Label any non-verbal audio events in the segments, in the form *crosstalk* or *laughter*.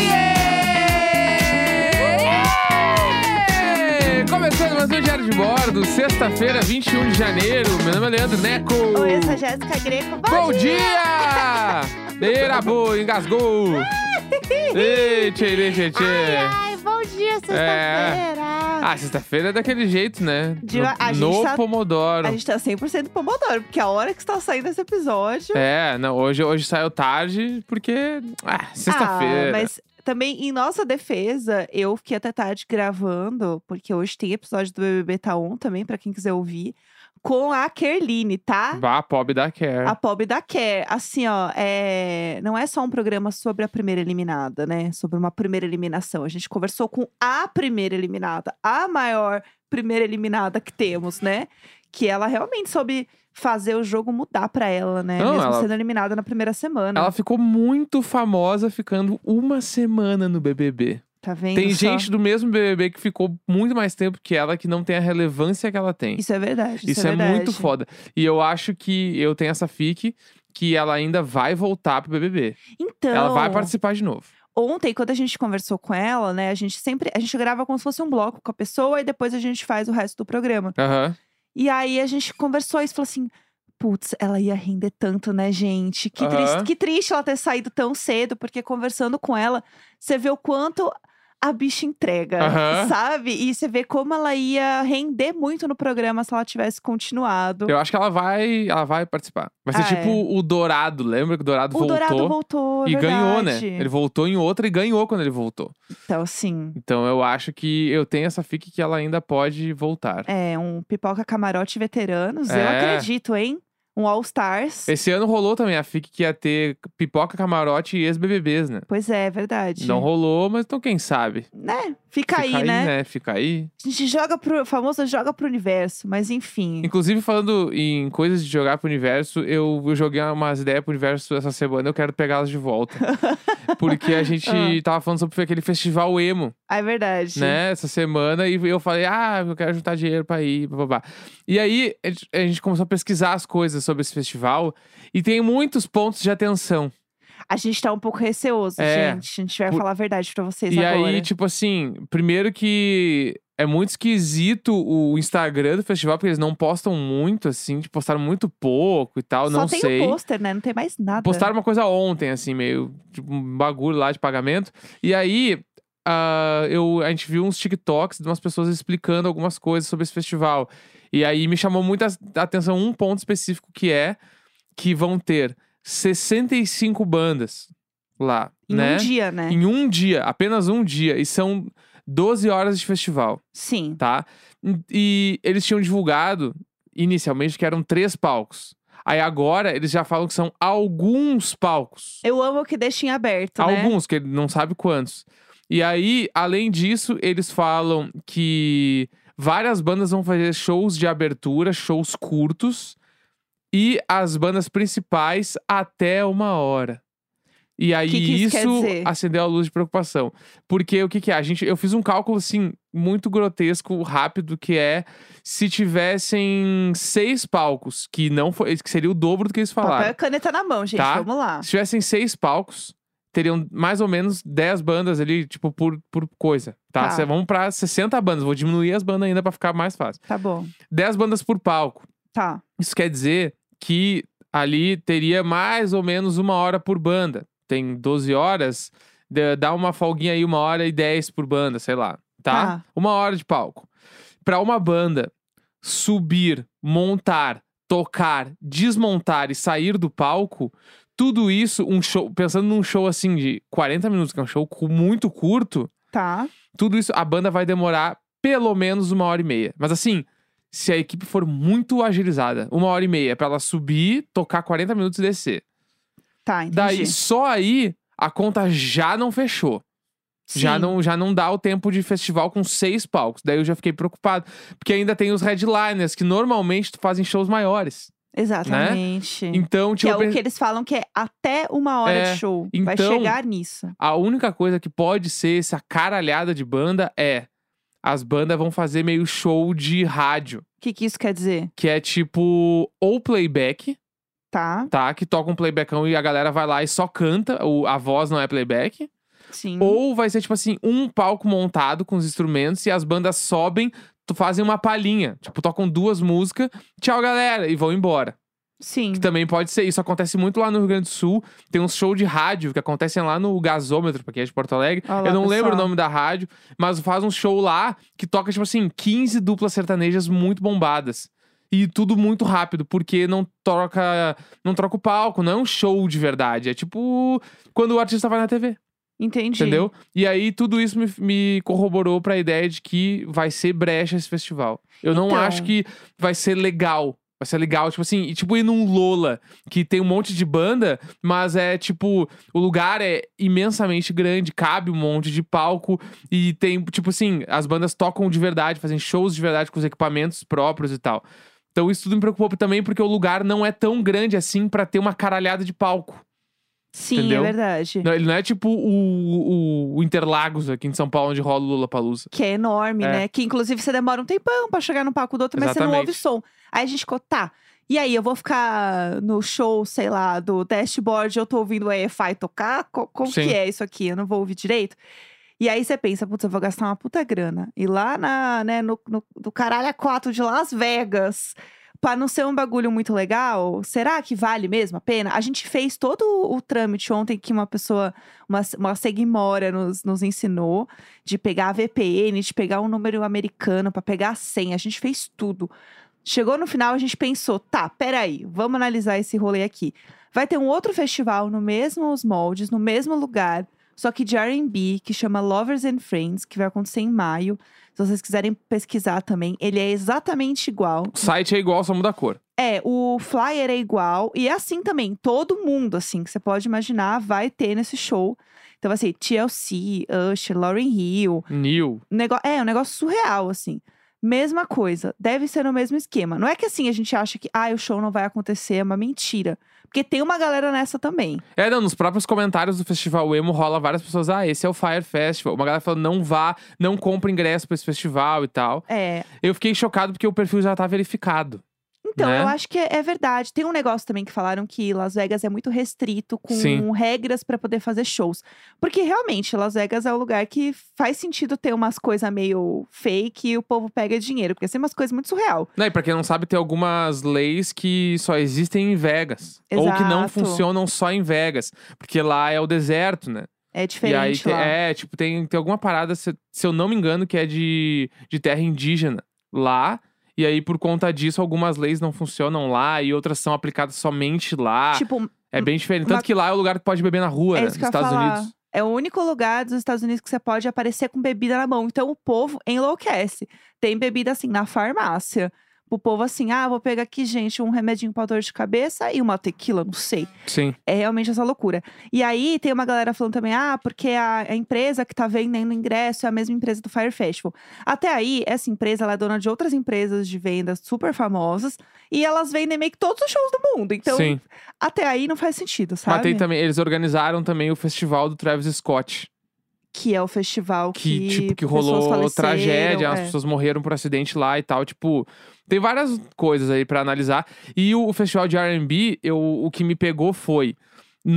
um Sexta-feira, 21 de janeiro. Meu nome é Leandro Neco. Oi, eu sou a Jéssica Greco. Bom, Bom dia! Beira boa, engasgou. Ei, tchê, tchê, tchê, tchê. Ai, ai, bom dia, sexta-feira. Ah, sexta-feira é daquele jeito, né? De- no a gente no tá- Pomodoro. A gente tá 100% Pomodoro, porque a hora que está saindo esse episódio... É, não, hoje, hoje saiu tarde, porque. Ah, sexta-feira. Ah, mas também, em nossa defesa, eu fiquei até tarde gravando, porque hoje tem episódio do BBB Tá On também, pra quem quiser ouvir, com a Kerline, tá? Bah, pobre da Care. A Pob da Care. Assim, ó, é... não é só um programa sobre a primeira eliminada, né? Sobre uma primeira eliminação. A gente conversou com a primeira eliminada, a maior primeira eliminada que temos, né? Que ela realmente soube fazer o jogo mudar pra ela, né? Não, Mesmo ela- sendo eliminada na primeira semana. Ela ficou muito famosa ficando uma semana no BBB. Tá vendo? Tem só? gente do mesmo BBB que ficou muito mais tempo que ela, que não tem a relevância que ela tem. Isso é verdade. Isso, é, verdade. muito foda. E eu acho que eu tenho essa fique que ela ainda vai voltar pro BBB. Então. Ela vai participar de novo. ontem, quando a gente conversou com ela, né? A gente sempre. A gente grava como se fosse um bloco com a pessoa e depois a gente faz o resto do programa. Aham. E aí a gente conversou isso, falou assim. Putz, ela ia render tanto, né, gente? Que, Aham. triste, que triste ela ter saído tão cedo, porque conversando com ela, você vê o quanto a bicha entrega, Aham. sabe? E você vê como ela ia render muito no programa se ela tivesse continuado. Eu acho que ela vai, ela vai participar. Vai ser Ah, tipo o Dourado, lembra que o Dourado o voltou? Dourado voltou, é e ganhou, né? verdade. Ele voltou em outra e ganhou quando ele voltou. Então, assim, Então eu acho que eu tenho essa fique que ela ainda pode voltar. É, um pipoca camarote veteranos, eu É. acredito, hein? Um All Stars. Esse ano rolou também a fique que ia ter pipoca, camarote e ex-BBBs, né? Pois é, é verdade. Não rolou, mas então quem sabe? Né? Fica, aí, Fica aí, né? Fica aí. A gente joga pro. famoso joga pro universo, mas enfim. Inclusive, falando em coisas de jogar pro universo, eu, eu joguei umas ideias pro universo essa semana, eu quero pegá-las de *laughs* volta. Porque a gente Ah. tava falando sobre aquele festival emo, É verdade. né? Essa semana, e eu falei, ah, eu quero juntar dinheiro pra ir, babá. E aí, a gente- a gente começou a pesquisar as coisas sobre esse festival, e tem muitos pontos de atenção. A gente tá um pouco receoso, É. gente. A gente vai Por- falar a verdade pra vocês E agora. aí, tipo assim, primeiro que é muito esquisito o Instagram do festival, porque eles não postam muito, assim, tipo, postaram muito pouco e tal, Só não tem sei. o pôster, né? Não tem mais nada. Postaram uma coisa ontem, assim, meio tipo um bagulho lá de pagamento. E aí, ah, eu, a gente viu uns TikToks de umas pessoas explicando algumas coisas sobre esse festival. E aí me chamou muita atenção um ponto específico que é que vão ter 65 bandas lá, em né? um dia, né? Em um dia, apenas um dia. E são 12 horas de festival, Sim. tá? E eles tinham divulgado inicialmente que eram três palcos. Aí agora eles já falam que são alguns palcos. Eu amo que deixem aberto. Né? Alguns, que ele não sabe quantos. E aí, além disso, eles falam que várias bandas vão fazer shows de abertura, shows curtos, e as bandas principais até uma hora. E aí, Que que isso quer dizer? acendeu a luz de preocupação. Porque o que, que é? A gente, eu fiz um cálculo, assim, muito grotesco, rápido, que é se tivessem seis palcos, que não foi, que seria o dobro do que eles falaram. Papel e caneta na mão, gente. Tá. Vamos lá. Se tivessem seis palcos, teriam mais ou menos 10 bandas ali, tipo, por, por coisa, tá? Tá. Cê- Vamos pra 60 bandas. Vou diminuir as bandas ainda pra ficar mais fácil. Tá bom. 10 bandas por palco. Tá. Isso quer dizer que ali teria mais ou menos uma hora por banda. Tem 12 horas, dê- dá uma folguinha aí, uma hora e 10 por banda, sei lá, tá? Tá. Uma hora de palco. Pra uma banda subir, montar, tocar, desmontar e sair do palco, tudo isso, um show, pensando num show assim de 40 minutos, que é um show cu- muito curto, Tá. tudo isso, a banda vai demorar pelo menos uma hora e meia. Mas assim, se a equipe for muito agilizada, uma hora e meia pra ela subir, tocar 40 minutos e descer. Tá, entendi. Daí, só aí, a conta já não fechou. Já Sim. não, já não dá o tempo de festival com seis palcos. Daí eu já fiquei preocupado. Porque ainda tem os headliners, que normalmente fazem shows maiores. Exatamente. né? Então, Que tipo, é eu o pensei- que eles falam que é até uma hora É, de show. Vai então- chegar nisso. A única coisa que pode ser essa caralhada de banda é... As bandas vão fazer meio show de rádio. O que, que isso quer dizer? que é tipo ou playback, Tá? tá? Que toca um playbackão e a galera vai lá e só canta, ou a voz não é playback. Sim. Ou vai ser tipo assim, um palco montado com os instrumentos e as bandas sobem, tu- fazem uma palhinha. Tipo, tocam duas músicas, tchau, galera, e vão embora. Sim. Que também pode ser. Isso acontece muito lá no Rio Grande do Sul. Tem uns show de rádio que acontecem lá no Gasômetro, pra quem é de Porto Alegre. Olha lá, Eu não lembro o pessoal. nome da rádio, mas faz um show lá que toca, tipo assim, 15 duplas sertanejas muito bombadas. E tudo muito rápido, porque não troca, não troca o palco, não é um show de verdade. É tipo quando o artista vai na TV, Entendi. entendeu? E aí tudo isso me, me corroborou pra ideia de que vai ser brecha esse festival. Eu não Então. acho que vai ser legal. Vai ser legal, tipo assim, e tipo ir num Lola, que tem um monte de banda, mas é tipo, o lugar é imensamente grande, cabe um monte de palco e tem, tipo assim, as bandas tocam de verdade, fazem shows de verdade com os equipamentos próprios e tal. Então isso tudo me preocupou também porque o lugar não é tão grande assim pra ter uma caralhada de palco. Sim, Entendeu? é verdade. Não, ele não é tipo o, o- o Interlagos aqui em São Paulo, onde rola o Lula Palusa. Que é enorme, É. né? Que inclusive você demora um tempão pra chegar no palco do outro, mas você não Exatamente. ouve som. Aí a gente ficou, tá. E aí, eu vou ficar no show, sei lá, do dashboard, eu tô ouvindo o EFI tocar? Co- como Sim. que é isso aqui? Eu não vou ouvir direito? E aí você pensa, putz, eu vou gastar uma puta grana. E lá na, né, no, no- do caralho a quatro de Las Vegas, pra não ser um bagulho muito legal, será que vale mesmo a pena? A gente fez todo o trâmite ontem que uma pessoa, uma, uma seguimora nos, nos ensinou, de pegar a VPN, de pegar um número americano pra pegar a senha. A gente fez tudo. Chegou no final, a gente pensou, tá, peraí, vamos analisar esse rolê aqui. Vai ter um outro festival no mesmo os moldes, no mesmo lugar, só que de R&B, que chama Lovers and Friends, que vai acontecer em maio. Se vocês quiserem pesquisar também, ele é exatamente igual. O site é igual, só muda a cor. É, o flyer é igual. E é assim também, todo mundo, assim, que você pode imaginar, vai ter nesse show. Então, assim, TLC, Usher, Lauren Hill, New. Negó- é, um negócio surreal, assim. Mesma coisa, deve ser no mesmo esquema. Não é que assim a gente acha que, ah, o show não vai acontecer, é uma mentira. Porque tem uma galera nessa também. É, não, nos próprios comentários do Festival Emo rola várias pessoas, ah, esse é o Fire Festival. Uma galera falando, não vá, não compra ingresso pra esse festival e tal. É. Eu fiquei chocado porque o perfil já tá verificado. Então, Né? eu acho que é, é verdade. Tem um negócio também que falaram que Las Vegas é muito restrito com Sim. regras pra poder fazer shows. Porque realmente, Las Vegas é um lugar que faz sentido ter umas coisas meio fake e o povo pega dinheiro. Porque tem umas coisas muito surreal. Não, e pra quem não sabe, tem algumas leis que só existem em Vegas. Ou que não Exato. funcionam só em Vegas. Porque lá é o deserto, né? e É aí, diferente te- lá. é, tipo, tem, tem alguma parada, se, se eu não me engano, que é de, de terra indígena lá. E aí, por conta disso, algumas leis não funcionam lá e outras são aplicadas somente lá. Tipo, é bem diferente. Tanto uma- que lá é o lugar que pode beber na rua, É né? Nos isso que eu ia Estados falar. Unidos. É o único lugar dos Estados Unidos que você pode aparecer com bebida na mão. Então o povo enlouquece. Tem bebida assim na farmácia. O povo assim, ah, vou pegar aqui, gente, um remedinho pra dor de cabeça e uma tequila, não sei. Sim. É realmente essa loucura. E aí tem uma galera falando também, ah, porque a, a empresa que tá vendendo ingresso é a mesma empresa do Fire Festival. Até aí, essa empresa ela é dona de outras empresas de vendas super famosas e elas vendem meio que todos os shows do mundo. Então, Sim. até aí não faz sentido, sabe? Mas tem também, eles organizaram também o festival do Travis Scott. que é o festival Que, que, tipo, que pessoas rolou faleceram, tragédia, é. as pessoas morreram por acidente lá e tal. Tipo, tem várias coisas aí pra analisar. E o, o festival de R&B, eu- o que me pegou foi...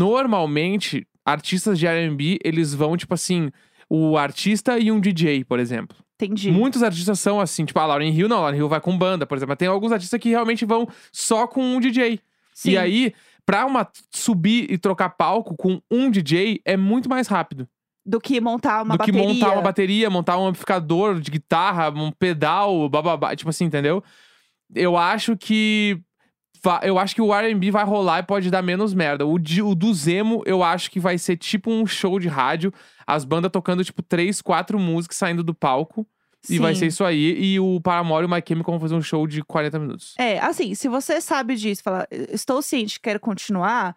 Normalmente, artistas de R&B, eles vão, tipo assim... O artista e um DJ, por exemplo. Entendi. Muitos artistas são assim. Tipo, a Lauren Hill não. A Lauren Hill vai com banda, por exemplo. Mas tem alguns artistas que realmente vão só com um DJ. Sim. E aí, pra uma subir e trocar palco com um DJ é muito mais rápido do que montar uma do bateria. que montar uma bateria, montar um amplificador de guitarra, um pedal, bababá, tipo assim, entendeu? Eu acho que va- eu acho que o R&B vai rolar e pode dar menos merda. O, de- o do Zemo, eu acho que vai ser tipo um show de rádio, as bandas tocando tipo três, quatro músicas saindo do palco e vai Sim. ser isso aí e o Paramore e o My Chemical vão fazer um show de 40 minutos. É, assim, se você sabe disso, fala, estou ciente, quero continuar,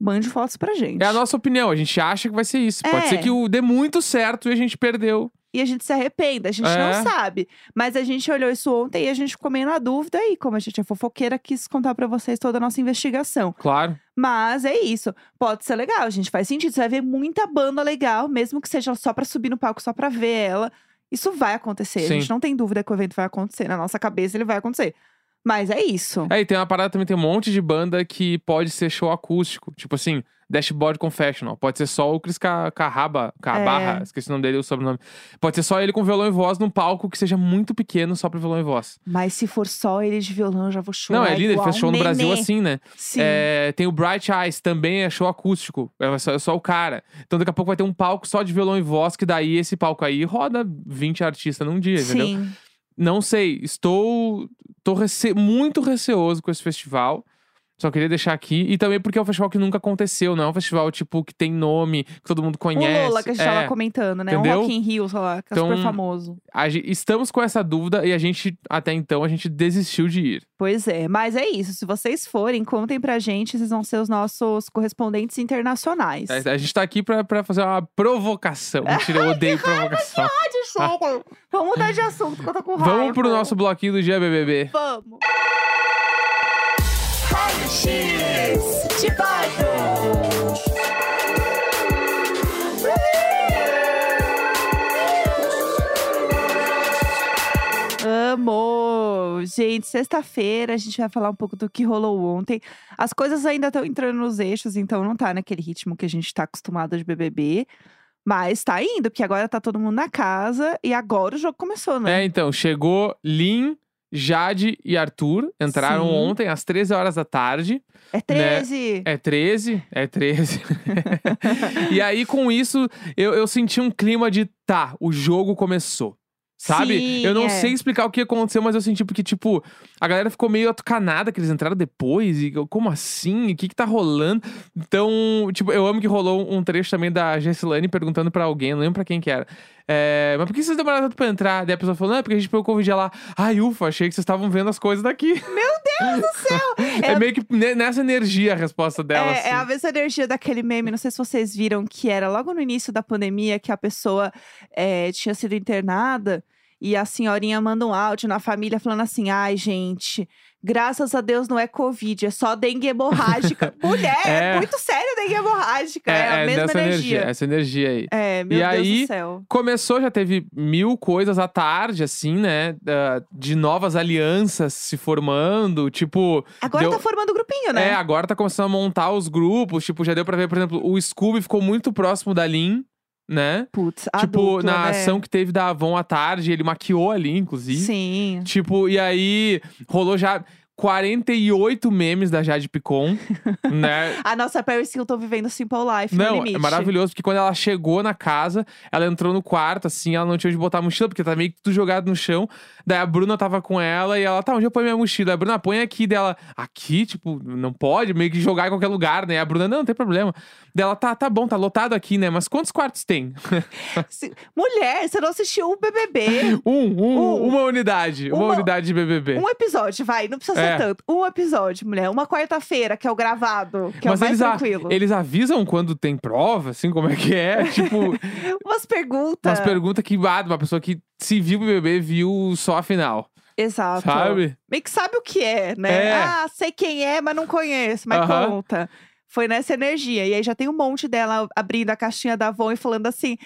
mande fotos pra gente. É a nossa opinião, a gente acha que vai ser isso. Pode É. ser que o dê muito certo e a gente perdeu. E a gente se arrependa, a gente É. não sabe. Mas a gente olhou isso ontem e a gente ficou meio na dúvida aí, como a gente é fofoqueira, quis contar pra vocês toda a nossa investigação. Claro. Mas é isso. Pode ser legal, gente. Faz sentido. Você vai ver muita banda legal, mesmo que seja só pra subir no palco, só pra ver ela. Isso vai acontecer. A Sim. gente não tem dúvida que o evento vai acontecer. Na nossa cabeça ele vai acontecer. Mas é isso. É, e tem uma parada também, tem um monte de banda que pode ser show acústico. Tipo assim, Dashboard Confessional. Pode ser só o Chris Ca- Carraba, É. Cabarra, esqueci o nome dele, o sobrenome. Pode ser só ele com violão e voz num palco que seja muito pequeno só pra violão e voz. Mas se for só ele de violão, eu já vou chorar. Não, é lindo, ele igual fez show um no Brasil nenê. assim, né? Sim. É, tem o Bright Eyes, também é show acústico. É só, é só o cara. Então daqui a pouco vai ter um palco só de violão e voz, que daí esse palco aí roda 20 artistas num dia, entendeu? Sim. Não sei, estou tô rece- muito receoso com esse festival. Só queria deixar aqui. E também porque é um festival que nunca aconteceu, não é um festival, tipo, que tem nome, que todo mundo conhece. O Lola que a gente É. tava comentando, né? Entendeu? Um Rock in Rio, sei lá, que é Então- super famoso. A gen- Estamos com essa dúvida e a gente, até então, a gente desistiu de ir. Pois é, mas é isso. Se vocês forem, contem pra gente, vocês vão ser os nossos correspondentes internacionais. A, a gente tá aqui pra, pra fazer uma provocação. Mentira, eu *laughs* odeio provocação. *laughs* chega. Vamos mudar de assunto, que eu tô com raiva. Vamos pro nosso bloquinho do dia, BBB. Vamos. Amo! Gente, sexta-feira a gente vai falar um pouco do que rolou ontem. As coisas ainda estão entrando nos eixos, então não tá naquele ritmo que a gente tá acostumado de BBB. Mas tá indo, porque agora tá todo mundo na casa e agora o jogo começou, né? É, então, chegou Lin, Jade e Arthur. Entraram Sim. ontem às 13 horas da tarde. É, 13! É 13, é 13. *laughs* e aí, com isso, eu, eu senti um clima de tá, o jogo começou. Sabe? Sim, eu não é. sei explicar o que aconteceu, mas eu senti porque, tipo, a galera ficou meio atucanada que eles entraram depois. E eu, como assim? E O que que tá rolando? Então, tipo, eu amo que rolou um trecho também da Gessilane perguntando pra alguém, não lembro pra quem que era. É, mas por que vocês demoraram tanto pra entrar? Daí a pessoa falou, não, é porque a gente pegou o Covid lá. Ai, ufa, achei que vocês estavam vendo as coisas *laughs* daqui. *laughs* É, meio que ne- nessa energia a resposta dela. É, é a assim. mesma energia daquele meme, não sei se vocês viram, que era logo no início da pandemia que a pessoa eh, tinha sido internada e a senhorinha manda um áudio na família falando assim: ai, gente, graças a Deus não é Covid, é só dengue hemorrágica. *laughs* Mulher, é. É. muito sério dengue hemorrágica. É, é a mesma dessa energia. Essa energia aí. É, meu E Deus aí- do céu. Começou, já teve mil coisas à tarde, assim, né? da- De novas alianças se formando. Tipo, Agora Deu- tá formando grupinho, é, né? agora tá começando a montar os grupos. Tipo, já deu pra ver, por exemplo, o Scooby ficou muito próximo da Lin, né? Putz, tipo, adulto, na né? ação que teve da Avon à tarde, ele maquiou a Lin, inclusive. Sim. Tipo, e aí rolou já 48 memes da Jade *laughs* Picon, né? A nossa Paris Hilton vivendo Simple Life. no Não, é limite. maravilhoso, porque quando ela chegou na casa, ela entrou no quarto, assim, ela não tinha onde botar a mochila, porque tá meio que tudo jogado no chão. Daí a Bruna tava com ela e ela, tá, onde eu ponho minha mochila? A Bruna põe aqui dela, aqui, tipo, não pode, meio que jogar em qualquer lugar, né? A Bruna, não, não tem problema. Dela, tá, tá bom, tá lotado aqui, né? Mas quantos quartos tem? *laughs* Se- Mulher, você não assistiu o BBB. *laughs* Um, um, Um. uma unidade, uma, Uma- unidade de BBB. Um episódio, vai, não precisa É. ser tanto. Um episódio, mulher. Uma quarta-feira, que é o gravado, que Mas é o mais eles, a- tranquilo. eles avisam quando tem prova, assim, como é que é? *laughs* Tipo, Umas perguntas. umas perguntas que, ah, de uma pessoa que se viu BBB, viu só a final, Exato. sabe? Meio que sabe o que é, né? É. Ah, sei quem é, mas não conheço, mas Aham. conta. Foi nessa energia. E aí já tem um monte dela abrindo a caixinha da Avon e falando assim: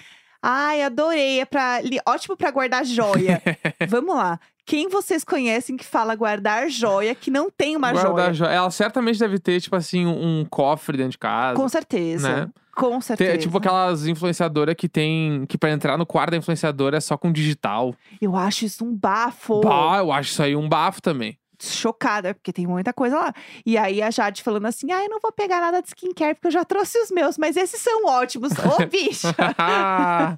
ai, adorei, é pra, li- ótimo pra *laughs* guardar joia. Vamos lá. Quem vocês conhecem que fala guardar joia, que não tem uma Guardar joia? joia. Ela certamente deve ter, tipo assim, um um cofre dentro de casa. Com certeza. Né? Com Tem- certeza. tipo aquelas influenciadoras que tem. Que pra entrar no quarto da influenciadora é só com digital. Eu acho isso um bafo. Bah, eu acho isso aí um bafo *laughs* também. *laughs* chocada, porque tem muita coisa lá. E aí a Jade falando assim: ah, eu não vou pegar nada de skincare, porque eu já trouxe os meus, mas esses são *laughs* ótimos. Ô, bicha! ah,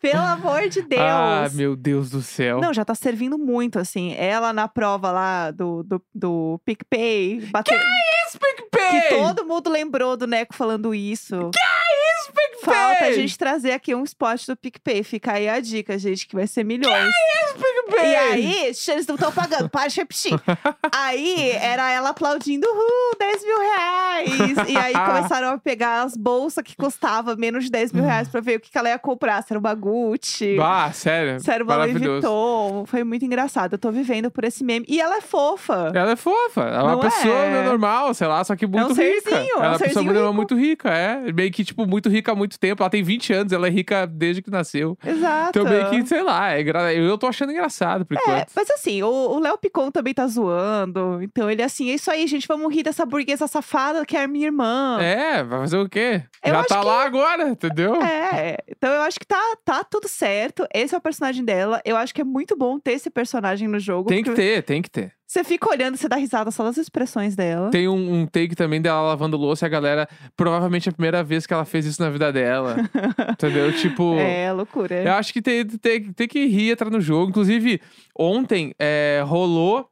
Pelo amor de Deus! meu Deus do céu. não, já tá servindo muito, assim. Ela na prova lá do, do, do PicPay. Bater... Pei! Que todo mundo lembrou do Neco falando isso. é Que é isso, PicPay? Falta a gente trazer aqui um spot do PicPay. Fica aí a dica, gente, que vai ser milhões. Pei! E aí, xa, eles não estão pagando, para de repetir. aí era ela aplaudindo, uhul, 10 mil reais. E *laughs* aí começaram a pegar as bolsas que custava menos de 10 mil reais pra ver o que, que ela ia comprar. Se era uma Gucci, Bah, sério. se era uma Louis maravilhoso. Vuitton. Foi muito engraçado, eu tô vivendo por esse meme. E ela *laughs* é fofa. Ela é fofa, ela é uma Não pessoa é? né, normal, sei lá, só que muito rica. serzinho, é um ela é uma pessoa serzinho muito- rico. muito rica, é. Meio que, tipo, muito rica há muito tempo. Ela tem 20 anos, ela é rica desde que nasceu. Exato. Então, meio que, sei lá, é gra... eu tô achando engraçado por Ah, tá. É, enquanto. mas assim, o- o Léo Picon também tá zoando. Então ele é assim, é isso aí, gente, vamos rir dessa burguesa safada que é minha irmã. É, vai fazer o quê? Eu Já acho tá que- lá agora, entendeu? *laughs* É, então eu acho que tá, tá tudo certo. Esse é o personagem dela. Eu acho que é muito bom ter esse personagem no jogo. Tem que porque ter, tem que ter. Você fica olhando, você dá risada só das expressões dela. Tem um, um take também dela lavando louça e a galera. Provavelmente é a primeira vez que ela fez isso na vida *laughs* dela. entendeu? Tipo. É, loucura. Eu acho que tem, tem, tem que rir, entrar no jogo. Inclusive, ontem é, rolou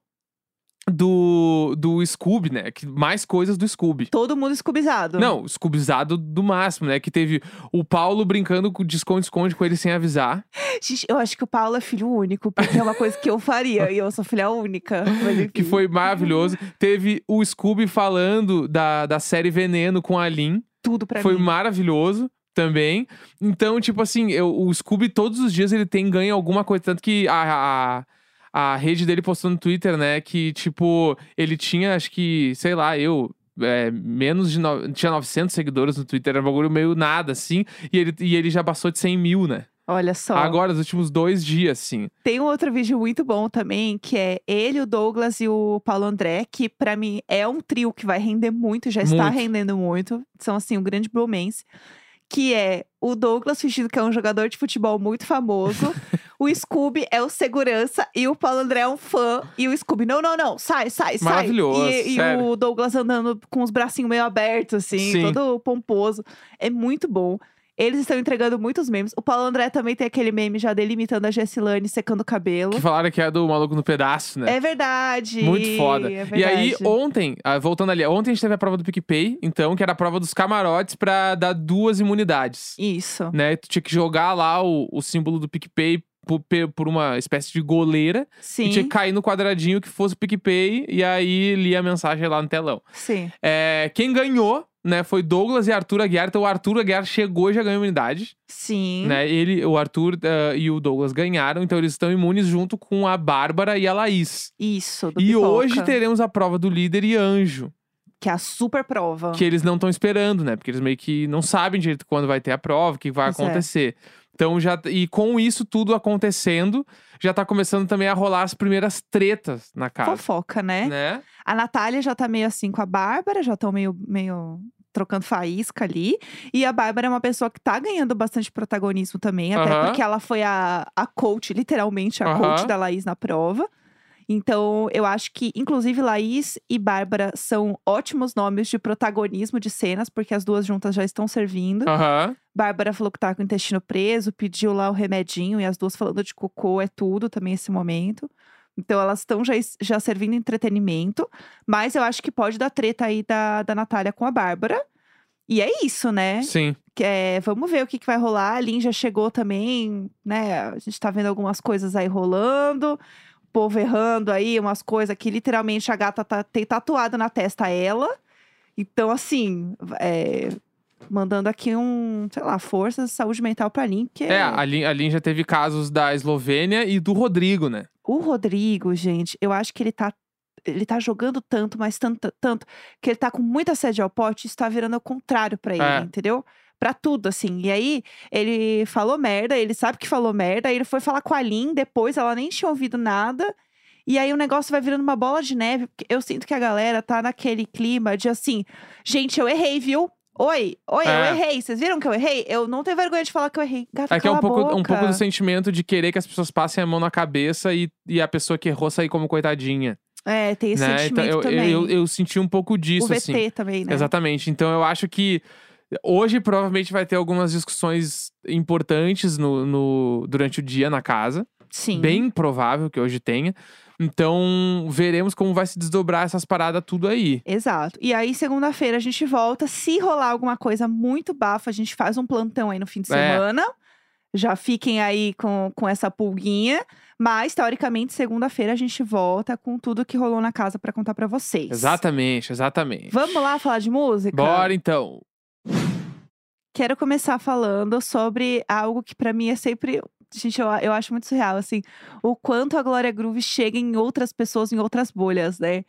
do, do Scooby, né? Que, mais coisas do Scooby. Todo mundo escubizado. Não, Scoobizado do máximo, né? Que teve o Paulo brincando com- de esconde-esconde com ele sem avisar. Gente, eu acho que o Paulo é filho único, porque é uma coisa que eu faria. e eu sou filha única. mas *laughs* Que enfim. foi maravilhoso. Teve o Scooby falando da, da série Veneno com a Lin. tudo pra Foi mim. maravilhoso também. Então, tipo assim, eu- o Scooby todos os dias ele tem ganho alguma coisa. Tanto que a, a, a rede dele postou no Twitter, né? Que, tipo, ele tinha, acho que, sei lá, eu. é, menos de. No... Tinha 900 seguidores no Twitter, era um bagulho meio nada, assim. E ele, e ele já passou de 100 mil, né? Olha só. Agora, nos últimos dois dias, assim. Tem um outro vídeo muito bom também, que é ele, o Douglas e o Paulo André, que pra mim é um trio que vai render muito, já está Muito. rendendo muito. São, assim, um grande bromance. Que é o Douglas fingindo que é um jogador de futebol *laughs* muito famoso. o Scooby é o segurança e o Paulo André é um fã. E o Scooby, não, não, não, sai, sai, sai. Maravilhoso, E, e sério. o Douglas andando com os bracinhos meio abertos, assim, Sim. todo pomposo. É muito bom. Eles estão entregando muitos memes. O Paulo André também tem aquele meme já delimitando a Gessilane secando o cabelo. Que falaram que é do maluco no pedaço, né? É verdade. Muito foda. é e aí, verdade. ontem, ah, voltando ali, ontem a gente teve a prova do PicPay, então, que era a prova dos camarotes pra dar duas imunidades. Isso. né? Tu tinha que jogar lá o, o símbolo do PicPay por, pe- por uma espécie de goleira e tinha Sim. que cair no quadradinho que fosse o PicPay e aí lia a mensagem lá no telão. Sim. É, quem ganhou, né, foi Douglas e Arthur Aguiar. Então o Arthur Aguiar chegou e já ganhou imunidade, Sim. né? Ele, o Arthur ah, e o Douglas ganharam, então eles estão imunes junto com a Bárbara e a Laís. Isso. do E Pipoca, hoje teremos a prova do líder e anjo, Que é a super prova. que eles não estão esperando, né? Porque eles meio que não sabem direito quando vai ter a prova, o que vai Pois é. acontecer. Então já e com isso tudo acontecendo, já tá começando também a rolar as primeiras tretas na casa, Fofoca, né? né? A Natália já tá meio assim com a Bárbara, já estão meio, meio trocando faísca ali. E a Bárbara é uma pessoa que tá ganhando bastante protagonismo também, até Aham. porque ela foi a, a coach, literalmente a Aham. coach da Laís na prova. Então, eu acho que, inclusive, Laís e Bárbara são ótimos nomes de protagonismo de cenas, porque as duas juntas já estão servindo. Aham. Bárbara falou que tá com o intestino preso, pediu lá o remedinho, e as duas falando de cocô é tudo também esse momento. Então elas estão já, es- já servindo entretenimento, mas eu acho que pode dar treta aí da, da Natália com a Bárbara. E é isso, né? Sim. Que é, vamos ver o que, que vai rolar. A Lin já chegou também, né? A gente tá vendo algumas coisas aí rolando. O povo errando aí, umas coisas que literalmente a gata tá, tem tatuado na testa ela. Então, assim, é, mandando aqui um, sei lá, força de saúde mental pra Lin, porque É, a Lin, a Lin já teve casos da Eslovênia e do Rodrigo, né? o Rodrigo, gente, eu acho que ele tá. Ele tá jogando tanto, mas tanto, tanto, que ele tá com muita sede ao pote e está virando ao contrário pra ele, É. entendeu? Pra tudo, assim. E aí, ele falou merda, ele sabe que falou merda, aí ele foi falar com a Lin, depois ela nem tinha ouvido nada. E aí o negócio vai virando uma bola de neve, porque eu sinto que a galera tá naquele clima de assim, gente, eu errei, viu? Oi, oi, É. eu errei. Vocês viram que eu errei? Eu não tenho vergonha de falar que eu errei. Gata, É que é um cala a pouco, um pouco boca. do sentimento de querer que as pessoas passem a mão na cabeça e, e a pessoa que errou sair como coitadinha. É, tem esse né? Então sentimento eu, eu, também. eu, eu senti um pouco disso, o VT assim. também, né? Exatamente. Então eu acho que hoje provavelmente vai ter algumas discussões importantes no, no- durante o dia na casa. Sim. Bem provável que hoje tenha. Então veremos como vai se desdobrar essas paradas tudo aí. Exato. E aí, segunda-feira, a gente volta. Se rolar alguma coisa muito bafa, a gente faz um plantão aí no fim de É. semana. Já fiquem aí com, com essa pulguinha. Mas, teoricamente, segunda-feira a gente volta com tudo que rolou na casa pra contar pra vocês. Exatamente, exatamente. Vamos lá falar de música? Bora então. Quero começar falando sobre algo que pra mim é sempre. Gente, eu, eu acho muito surreal, assim, o quanto a Glória Groove chega em outras pessoas, em outras bolhas, né?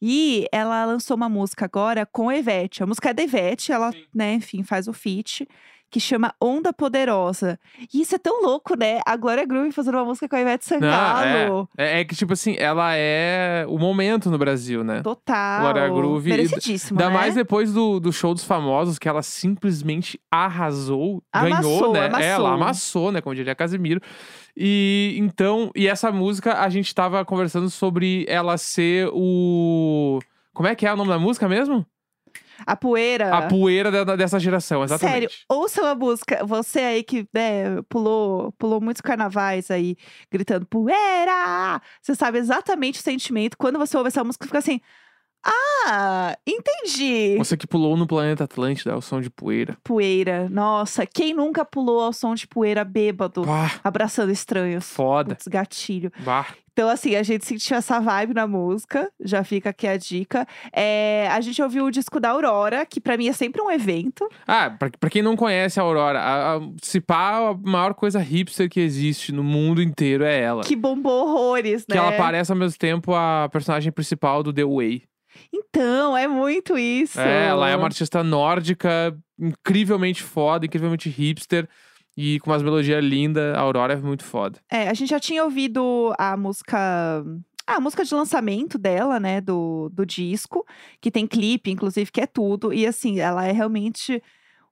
E ela lançou uma música agora com a Ivete. A música é da Ivete, ela, Sim. né, enfim, faz o feat, que chama Onda Poderosa. E isso é tão louco, né? A Glória Groove fazendo uma música com a Ivete Sangalo. É, é que, tipo assim, ela é o momento no Brasil, né? Total. Glória Groove. Merecidíssimo, Ainda né? mais depois do, do show dos famosos, que ela simplesmente arrasou, ganhou, Amassou, né? amassou. Ela amassou, né? Como diria Casimiro. E então, e essa música, a gente tava conversando sobre ela ser o. Como é que é o nome da música mesmo? A poeira. A poeira da- da- dessa geração, exatamente. É. Sério, ouça uma música. Você aí que né, pulou, pulou muitos carnavais aí, gritando poeira! Você sabe exatamente o sentimento. Quando você ouve essa música, fica assim: Ah, entendi! Você que pulou no planeta Atlântida, é o som de poeira. Poeira. Nossa, quem nunca pulou ao som de poeira bêbado, Pá, abraçando estranhos? foda. Putz, gatilho. Bah. Então, assim, a gente sentiu essa vibe na música, já fica aqui a dica. É, a gente ouviu o disco da Aurora, que pra mim é sempre um evento. Ah, pra, pra quem não conhece a Aurora, a, a, se pá, a maior coisa hipster que existe no mundo inteiro é ela. Que bombou horrores, Que é né? ela parece ao mesmo tempo a personagem principal do The Way. Então, é muito isso. É, ela é uma artista nórdica, incrivelmente foda, incrivelmente hipster. E com umas melodias lindas, a Aurora é muito foda. É, a gente já tinha ouvido a música. ah, A música de lançamento dela, né? Do, do disco, que tem clipe, inclusive, que é tudo. E assim, ela é realmente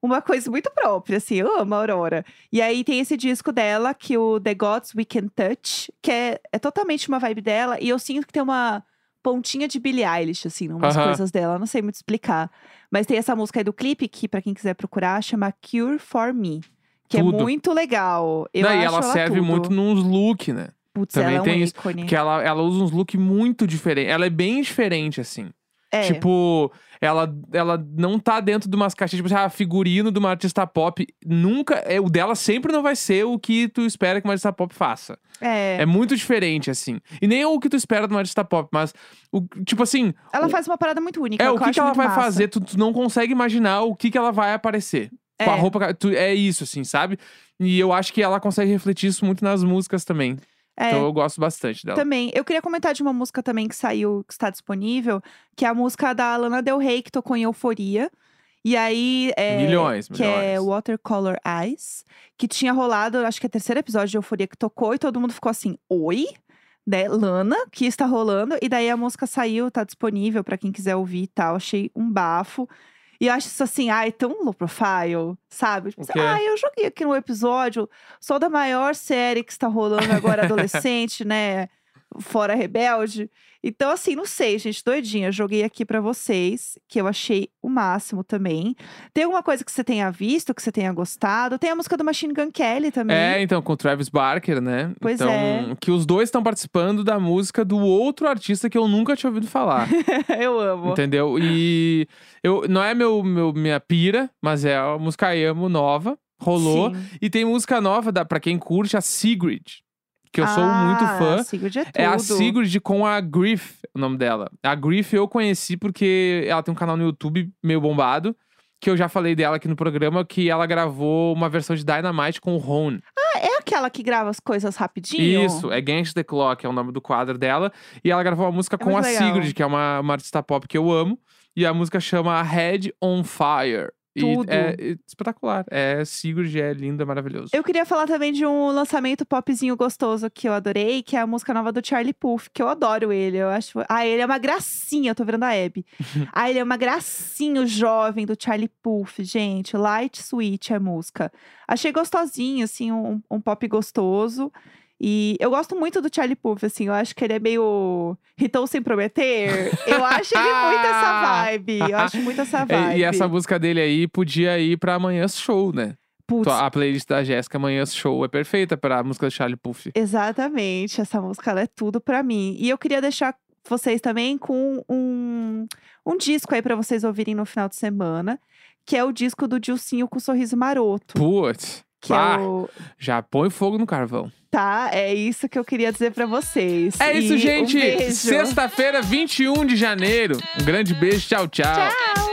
uma coisa muito própria, assim, eu amo a Aurora. E aí tem esse disco dela, que o The Gods We Can Touch, que é, é totalmente uma vibe dela. E eu sinto que tem uma pontinha de Billie Eilish, assim, umas Aham. coisas dela. Não sei muito explicar. Mas tem essa música aí do clipe, que pra quem quiser procurar, chama Cure For Me. Que Tudo. é muito legal. Eu Não, acho e ela serve tudo. muito nos look, né? Putz, Também ela é um tem isso, ícone. Porque ela, ela usa uns look muito diferentes. Ela é bem diferente, assim. é. Tipo, ela, ela não tá dentro de umas caixinhas, tipo, ah, figurino de uma artista pop. Nunca. É, o dela sempre não vai ser o que tu espera que uma artista pop faça. é. É muito diferente, assim. E nem o que tu espera de uma artista pop, mas. O, tipo assim, Ela faz uma parada muito única. é o eu que, que acho ela muito vai massa. fazer, tu, tu não consegue imaginar o que, que ela vai aparecer. Com a É. roupa. tu- é isso, assim, sabe? E eu acho que ela consegue refletir isso muito nas músicas também. É, Então eu gosto bastante dela. também. Eu queria comentar de uma música também que saiu, que está disponível, que é a música da Lana Del Rey, que tocou em Euforia. E aí. É, milhões, Que milhões. é Watercolor Eyes, que tinha rolado, acho que é o terceiro episódio de Euforia que tocou, e todo mundo ficou assim, oi? Né, Lana, que está rolando, e daí a música saiu, tá disponível pra quem quiser ouvir e tal. Achei um bafo. E eu acho isso assim, ai, tão low profile, sabe? Tipo, O assim, quê? ai, eu joguei aqui no episódio, sou da maior série que está rolando agora, *laughs* adolescente, né? Fora Rebelde. Então, assim, não sei, gente, doidinha. Joguei aqui pra vocês, que eu achei o máximo também. Tem alguma coisa que você tenha visto, que você tenha gostado? Tem a música do Machine Gun Kelly também. É, então, com o Travis Barker, né? Pois então, é. que os dois estão participando da música do outro artista que eu nunca tinha ouvido *laughs* falar. *laughs* eu amo. Entendeu? E eu, não é meu, meu- minha pira, mas é a música Amo nova, rolou. Sim. E tem música nova, da, pra quem curte, a Sigrid, que eu sou Ah, muito fã. Sigrid é, tudo. É a Sigrid com a Griff, o nome dela. A Griff eu conheci porque ela tem um canal no YouTube meio bombado, que eu já falei dela aqui no programa, que ela gravou uma versão de Dynamite com o Ron. É aquela que grava as coisas rapidinho? Isso, é Against the Clock, é o nome do quadro dela. E ela gravou uma música com a muito legal. Sigrid, que é uma, uma artista pop que eu amo. E a música chama Head on Fire. Tudo. E é, é espetacular. É Sigrid, é linda, é maravilhoso. Eu queria falar também de um lançamento popzinho gostoso que eu adorei, que é a música nova do Charlie Puth, que eu adoro ele. Eu acho. Ah, ele é uma gracinha, eu tô virando a Abby. *laughs* ah, ele é uma gracinha, o jovem do Charlie Puth, gente. Light Sweet é a música. Achei gostosinho, assim, um, um pop gostoso. E eu gosto muito do Charlie Puth, assim, eu acho que ele é meio. Ritou sem prometer. Eu acho ele muito *laughs* essa vibe. Eu acho muito essa É, vibe. e essa música dele aí podia ir pra Amanhã's Show, né? Putz, A playlist da Jéssica Amanhã's Show é perfeita pra música do Charlie Puff. Exatamente, essa música ela é tudo pra mim. E eu queria deixar vocês também com um, um disco aí pra vocês ouvirem no final de semana, que é o disco do Dilcinho com Sorriso Maroto, Putz, que Ah. é o já põe fogo no carvão. tá, é isso que eu queria dizer pra vocês. É isso, E um gente. beijo. Sexta-feira, 21 de janeiro. Um grande beijo, tchau. Tchau.